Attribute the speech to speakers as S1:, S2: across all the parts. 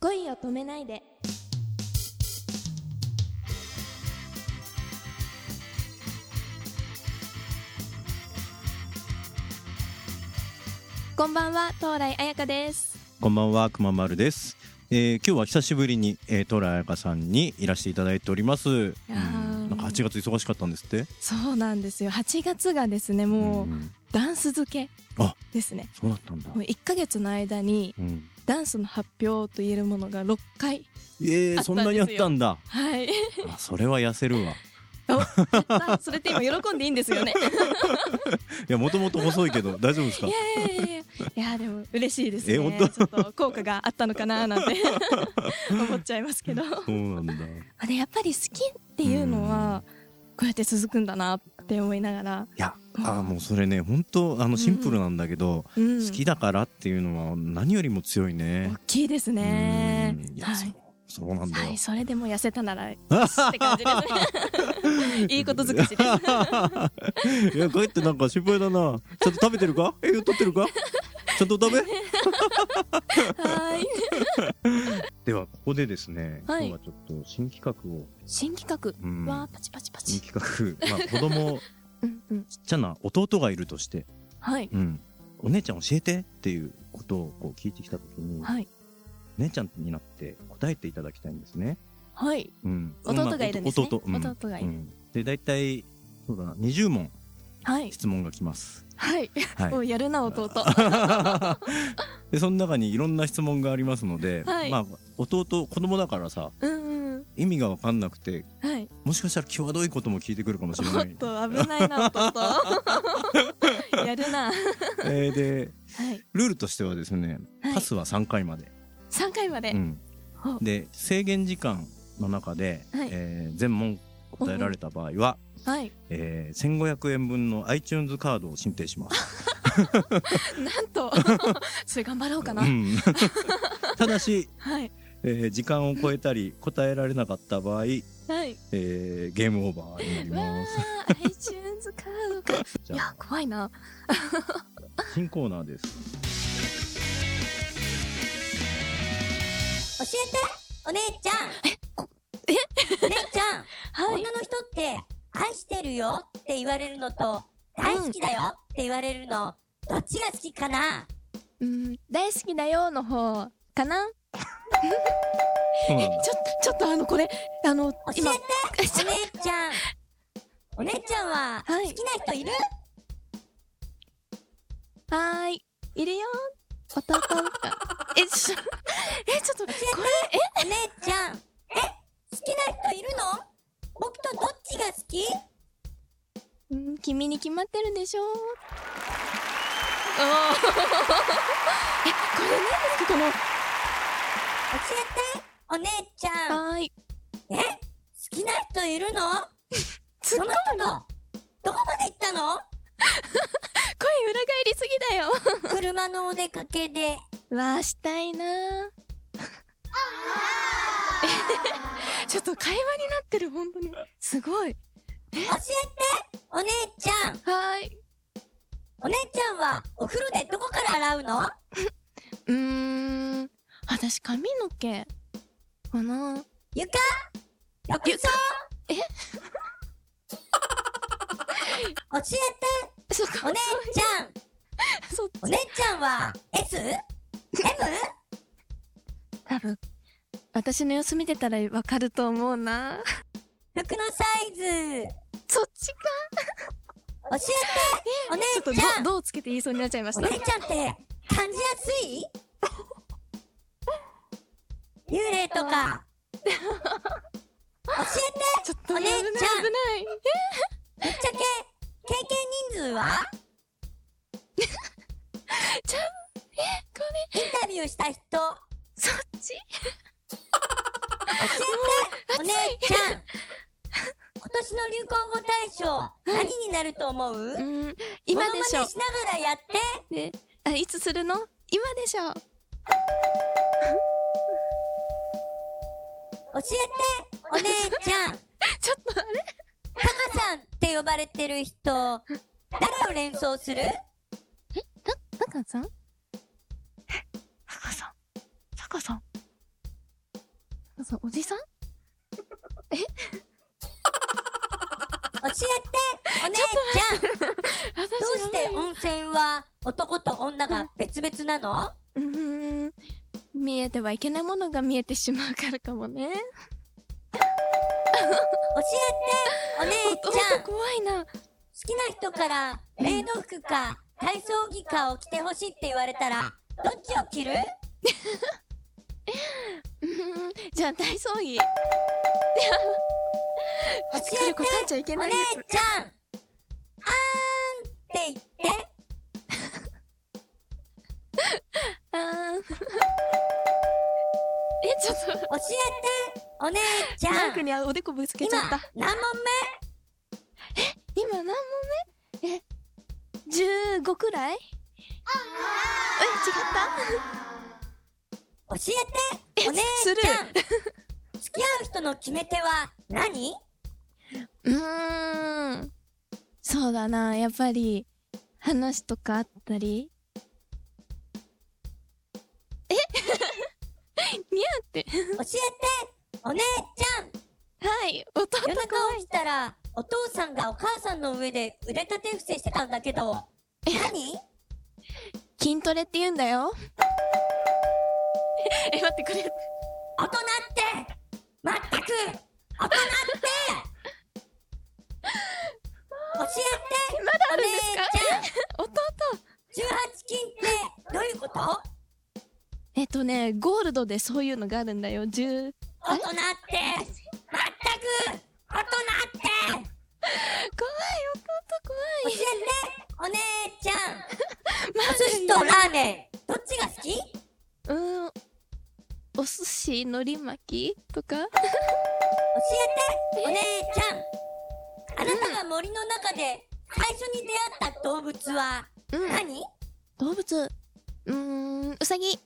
S1: 恋を止めないでこんばんは東来彩香です
S2: こんばんは、くままるです。えー、今日は久しぶりに、えー、トラヤカさんにいらしていただいております。うん
S1: やー
S2: なんか8月忙しかったんですって。
S1: そうなんですよ8月がですねもう
S2: うん
S1: ダンス漬け
S2: あ
S1: ですね
S2: そうだったんだ
S1: もう。1ヶ月の間に
S2: うん、
S1: ダンスの発表と言えるものが6回
S2: えー、そんなにあったんだ。
S1: はい
S2: あ、それは痩せるわ。い
S1: あそれって今喜んでいいんですよね
S2: や、もともと細いけど、大丈夫ですか
S1: い。やいやいやいやいやでも嬉しいですね
S2: え本当
S1: ちょっと効果があったのかな なんて思っちゃいますけど
S2: そうなんだ。
S1: あれやっぱり好きっていうのはこうやって続くんだなって思いながら、
S2: いや、あー、もうそれね、本当、あのシンプルなんだけど。
S1: うん、
S2: 好きだからっていうのは、何よりも強いね
S1: 大。きいですね
S2: うんいや、
S1: はい
S2: そう、そうなんだ
S1: は
S2: よ
S1: い、。それでも痩せたならよしって感じです ねいいこと尽くしです
S2: いや、帰ってなんか心配だな。ちゃんと食べて るか栄養取ってるかちゃんと食べ
S1: はい
S2: では、ここでですね、
S1: はい
S2: 今日はちょっと新企画を、
S1: 新企
S2: うん
S1: 画はパチパチパ
S2: 新
S1: チ、
S2: 企画、まあ子供、
S1: うんうん、
S2: ちっちゃな弟がいる として、
S1: はい
S2: うん、お姉ちゃん教えてっていうことをこう聞いてきたときに、
S1: はい
S2: お姉ちゃんになって答えていただきたいんですね。
S1: はい
S2: うん、
S1: 弟がいるんですね
S2: 弟、うん
S1: 弟がいる
S2: うんで、大体、そうだな、20問
S1: はい
S2: 質問が 来ます。
S1: はい、
S2: はい
S1: もうやるな弟
S2: でその中にいろんな質問がありますので、
S1: はい
S2: まあ弟子供だからさ
S1: うんうん
S2: 意味が分かんなくて
S1: はい
S2: もしかしたら際どいことも聞いてくるかもしれ
S1: お
S2: な
S1: っ
S2: い。
S1: と危ないな弟 やるなは
S2: えーで
S1: い
S2: ルールとしてはですね
S1: はい
S2: パスは3回まで、
S1: 3回まで、
S2: うん
S1: ほう
S2: で制限時間の中で、
S1: はい
S2: えー全問答えられた場合は、
S1: はい
S2: えー、1500円分の iTunes カードを申請します。
S1: なん とそれ頑張ろうかな、
S2: うん ただし、
S1: はい
S2: えー時間を超えたり答えられなかった場合、え
S1: はい
S2: ーゲームオーバーになり
S1: わ
S2: ます。
S1: あ iTunes カードか
S2: じ
S1: い
S2: ゃ
S1: や怖いな
S2: あ新コーナーです。
S3: 教えてお姉ちゃんえお姉ちゃん、
S1: はい
S3: 女の人って愛してるよって言われるのと大好きだよって言われるのどっちが好きかな
S1: うん大好きだよの方かな
S2: そうな
S1: え
S2: んだ
S1: ちょっとちょっとあのこれあの
S3: 教えて
S1: 今
S3: お姉ちゃんお姉ちゃんは好
S1: はい
S3: きな人いる、
S1: はーいいるよ弟かえちょ えちょっとこれえ
S3: お姉ちゃんえ好きな人いるの僕とどっちが好き
S1: うん君に決まってるでしょおーえこれ何ですかこの
S3: 教えてお姉ちゃん
S1: はーい
S3: え好きな人いる の
S1: すっご
S3: そ
S1: い
S3: の人とどこまで行っ たの
S1: 声裏返りすぎだよ
S3: 車のお出かけで
S1: わあしたいなあ ちょっと会話になってる本当にすごい
S3: 教えてお姉ちゃん
S1: はーい
S3: お姉ちゃんはお風呂でどこから洗うの
S1: うーん私髪の毛かな
S3: 床浴槽
S1: え
S3: 教えて
S1: そっか
S3: お姉ちゃん
S1: そっ
S3: お
S1: ち
S3: 姉ちゃんは S?M?
S1: 多分私の様子見てたらわかると思うな
S3: 服のサイズ
S1: そっちか
S3: 教えてお姉
S1: ちょっと
S3: ちゃん
S1: どどうつけて言いそうになっちゃいまし
S3: お
S1: た
S3: 姉ちゃんって感じやすい幽霊と か教えて
S1: ちょっと
S3: お
S1: 危な
S3: 姉ちゃ
S1: い危な
S3: ん
S1: い
S3: ぶっちゃけ経験人数は
S1: ちゃんえこれ
S3: インタビューした人教
S1: そっち
S3: えてお姉ちゃん今年の流行語大賞何になると思う
S1: うーん今でしょ
S3: モノマネしながらやって
S1: ねあいつするの今でしょ
S3: 教えてお姉ちゃん
S1: ちょっとあれ
S3: タカさんって呼ばれてる人誰を連想する
S1: え、た、たかさんえ、たかさんたかさんかさ、おじさん
S3: 教えてお姉ちゃんど
S1: 私
S3: うして温泉は男と女が別々なの
S1: うーん。見えてはいけないものが見えてしまうからかもね。
S3: 教えてお姉
S1: お
S3: ち ゃん
S1: と怖いな。
S3: 好きな人からメイド服か体操着かを着てほしいって言われたらどっちを着る
S1: うーん。じゃあ体操 着。
S3: 教
S1: 作
S3: え
S1: る
S3: て
S1: 答えちゃいけ
S3: お
S1: ない
S3: 姉
S1: や
S3: ちゃんあーんって言って
S1: つ。あーん。 え、ちょっと、
S3: 教えてお姉ち
S1: マ
S3: ゃ
S1: イク
S3: ん
S1: におでこぶつけ
S3: 今
S1: ちゃった。
S3: 何問
S1: 今何問目え、15くらいえ、違った
S3: 目教えてお姉
S1: する
S3: ちゃん付き合う人の決め手は何
S1: うーん。そうだな、やっぱり、話とかあったり。えにゃーって。
S3: 教えてお姉ちゃん
S1: はい、弟怖
S3: 夜
S1: い。
S3: 中起きたらお父さんがお母さんの上で腕立て伏せしてたんだけど何
S1: 筋トレって言うんだよ。 え、待ってくれ。
S3: 大人ってまったく大人って教えて
S1: まだあるんですか
S3: お姉ち
S1: 弟。
S3: 18金ってどういうこと
S1: えっとね、ゴールドでそういうのがあるんだよ。10。
S3: 大人ってまったく大人って
S1: 怖い、弟
S3: 教
S1: 怖
S3: え
S1: い。
S3: てお姉ちゃん
S1: ま
S3: お寿司とラーメンどっちが好き
S1: うーん。お寿司、海苔巻きとか
S3: 教えてお姉ちゃんあなたが森の中で最初に出会った動物は
S1: うん
S3: 何、
S1: 動物うーんうさぎうん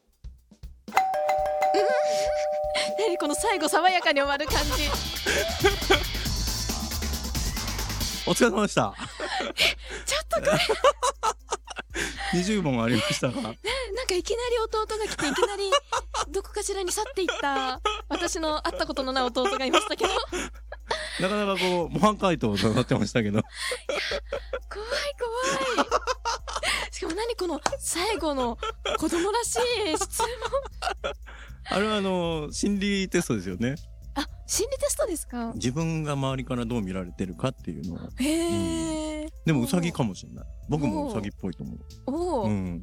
S1: 何この最後爽やかに終わる感じ
S2: お疲れ様でした。
S1: ちょっとこれな
S2: 20問ありましたが。
S1: んかいきなり弟が来ていきなりどこかしらに去っていった私の会ったことのない弟がいましたけど怖い
S2: なかなかこう模範解答となってましたけど
S1: 怖いしかも何この最後の子供らしい質問
S2: あれはあの心理テストですよね
S1: あ心理テストですか
S2: 自分が周りからどう見られてるかっていうのは
S1: へえ
S2: でもウサギかもしれない僕もウサギっぽいと思う、
S1: おお、
S2: う
S1: びっ
S2: ん、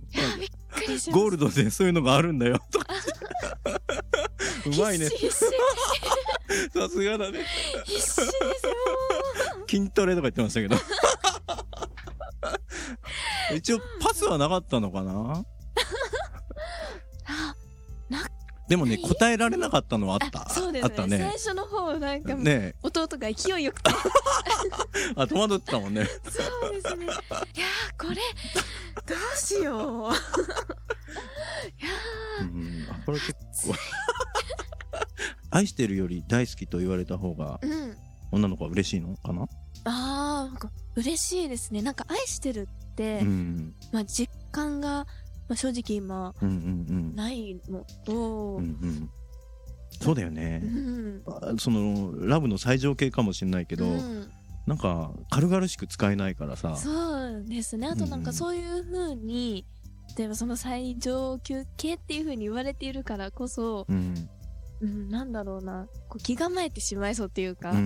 S1: くりしま
S2: ゴールドでそういうのがあるんだよとかう
S1: す
S2: まいね
S1: 必死必死
S2: さすがだね
S1: 必死ですよ
S2: 筋トレとか言ってましたけ ど一応パスはなかったのかな
S1: あ
S2: でもね
S1: はい
S2: 答えられなかったのはあった
S1: あそうで
S2: あ
S1: す
S2: った
S1: ね
S2: ね
S1: 最初の方なんか、
S2: ね
S1: 弟が勢いよくて
S2: えあ戸惑ってたもんね
S1: そうですねいやーこれどうしよういや
S2: うんあこれ結構 愛してるより大好きと言われた方が
S1: ーうん
S2: 女の子は嬉しいのかな、
S1: あーなんか嬉しいですねなんか愛してるって、
S2: うん、
S1: まあ実感が、まあ、正直今
S2: うんうんうん
S1: ないのと
S2: うんうんそうだよね
S1: う、ん
S2: あそのラブの最上形かもしれないけ
S1: け
S2: ど、なんか軽々しく使えないからさ
S1: そうですねあとなん
S2: う
S1: か
S2: ん
S1: そういう風に例えばその最上級系っていう風に言われているからこそ、
S2: うん
S1: うん、なんだろうな、こう気構えてしまいそうっていうか、
S2: うんう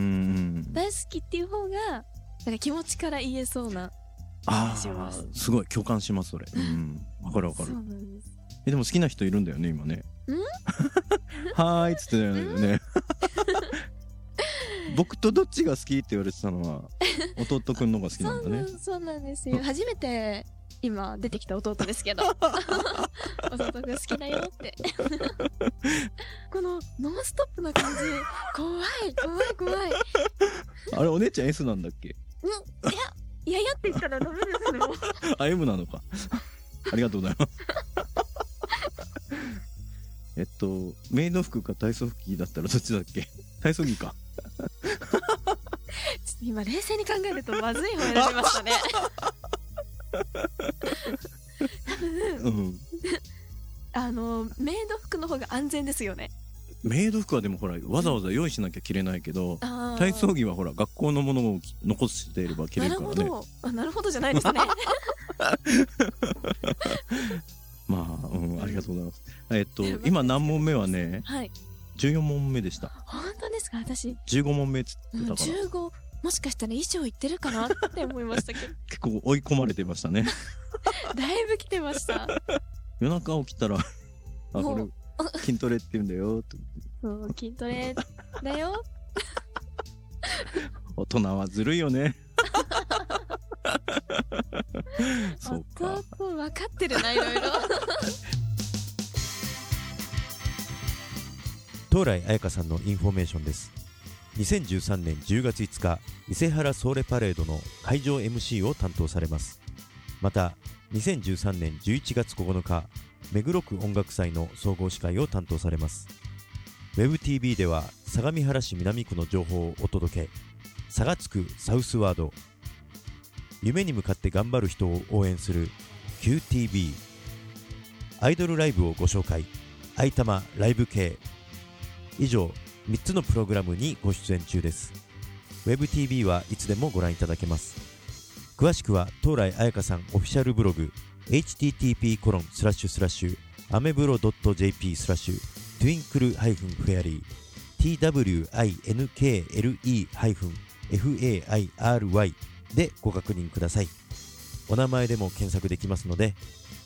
S2: ん
S1: 大好きっていう方が、なんか気持ちから言えそうな。
S2: あ
S1: しま
S2: あ
S1: す
S2: すごい共感しますそれうんわかるわか
S1: そう
S2: る
S1: なんです。
S2: えでも好きな人いるんだよね今ね はーいっつってたよね 僕とどっちが好きって言われてたのは弟くんの方が好
S1: そ
S2: きなん
S1: う
S2: だ
S1: な
S2: ね
S1: んそうなんですよ。初めて今出てきた弟です けど。弟が好きだよって。 このノンストップな感じ、怖い、怖い、怖い。
S2: あれお姉ちゃん S なんだっけ
S1: いやいやって言ったらダメですよ。
S2: あ M な のかありがとうございます えっとメイド服か体操服着だったらどっちだっけ体操着か
S1: ちょっと今冷静に考えるとまずい方選びま したね。多分、
S2: うん
S1: あの、メイド服の方が安全ですよね。
S2: メイド服はでもほらわざわざ用意しなきゃ着れないけど、
S1: あー
S2: 体操着はほら学校のものを残していれば着れるから
S1: なるほ
S2: ね
S1: どあなるほどじゃないです ね
S2: まあ、うん、ありがとうございますえっと
S1: いやまあ
S2: 今何問目はね
S1: はい
S2: 14問目でした
S1: 本当ですか私
S2: 15問目っつって
S1: うん
S2: たから、
S1: 15もしかしたら衣装いってるかなって思いましたけ ど
S2: 結構追い込まれてましたね
S1: だいぶ来てました
S2: 夜中起きたらあこ
S1: も
S2: れ
S1: う
S2: 筋トレって言うんだよと
S1: そう筋トレだよ
S2: 大人はずるいよ ねそうか
S1: 男分かってるないろい ろ
S4: 東来彩香さんのインフォメーションです2013年10月5日伊勢原ソーレパレードの会場 MC を担当されますまた2013年11月9日目黒区音楽祭の総合司会を担当されます WebTV では相模原市南区の情報をお届け差がつくサウスワード夢に向かって頑張る人を応援する QTV アイドルライブをご紹介愛玉ライブ系以上3つのプログラムにご出演中です WebTV はいつでもご覧いただけます詳しくは東来彩香さんオフィシャルブログ http コロンスラッシュスラッシュアメブロ .jp スラッシュトゥインクルハイフンフェアリー twinkle-fairy でご確認くださいお名前でも検索できますので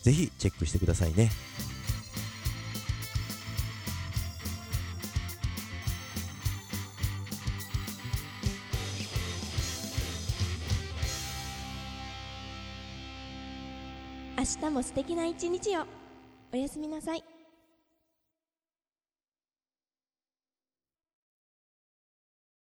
S4: ぜひチェックしてくださいね
S5: 明日も素敵な一日をおやすみなさい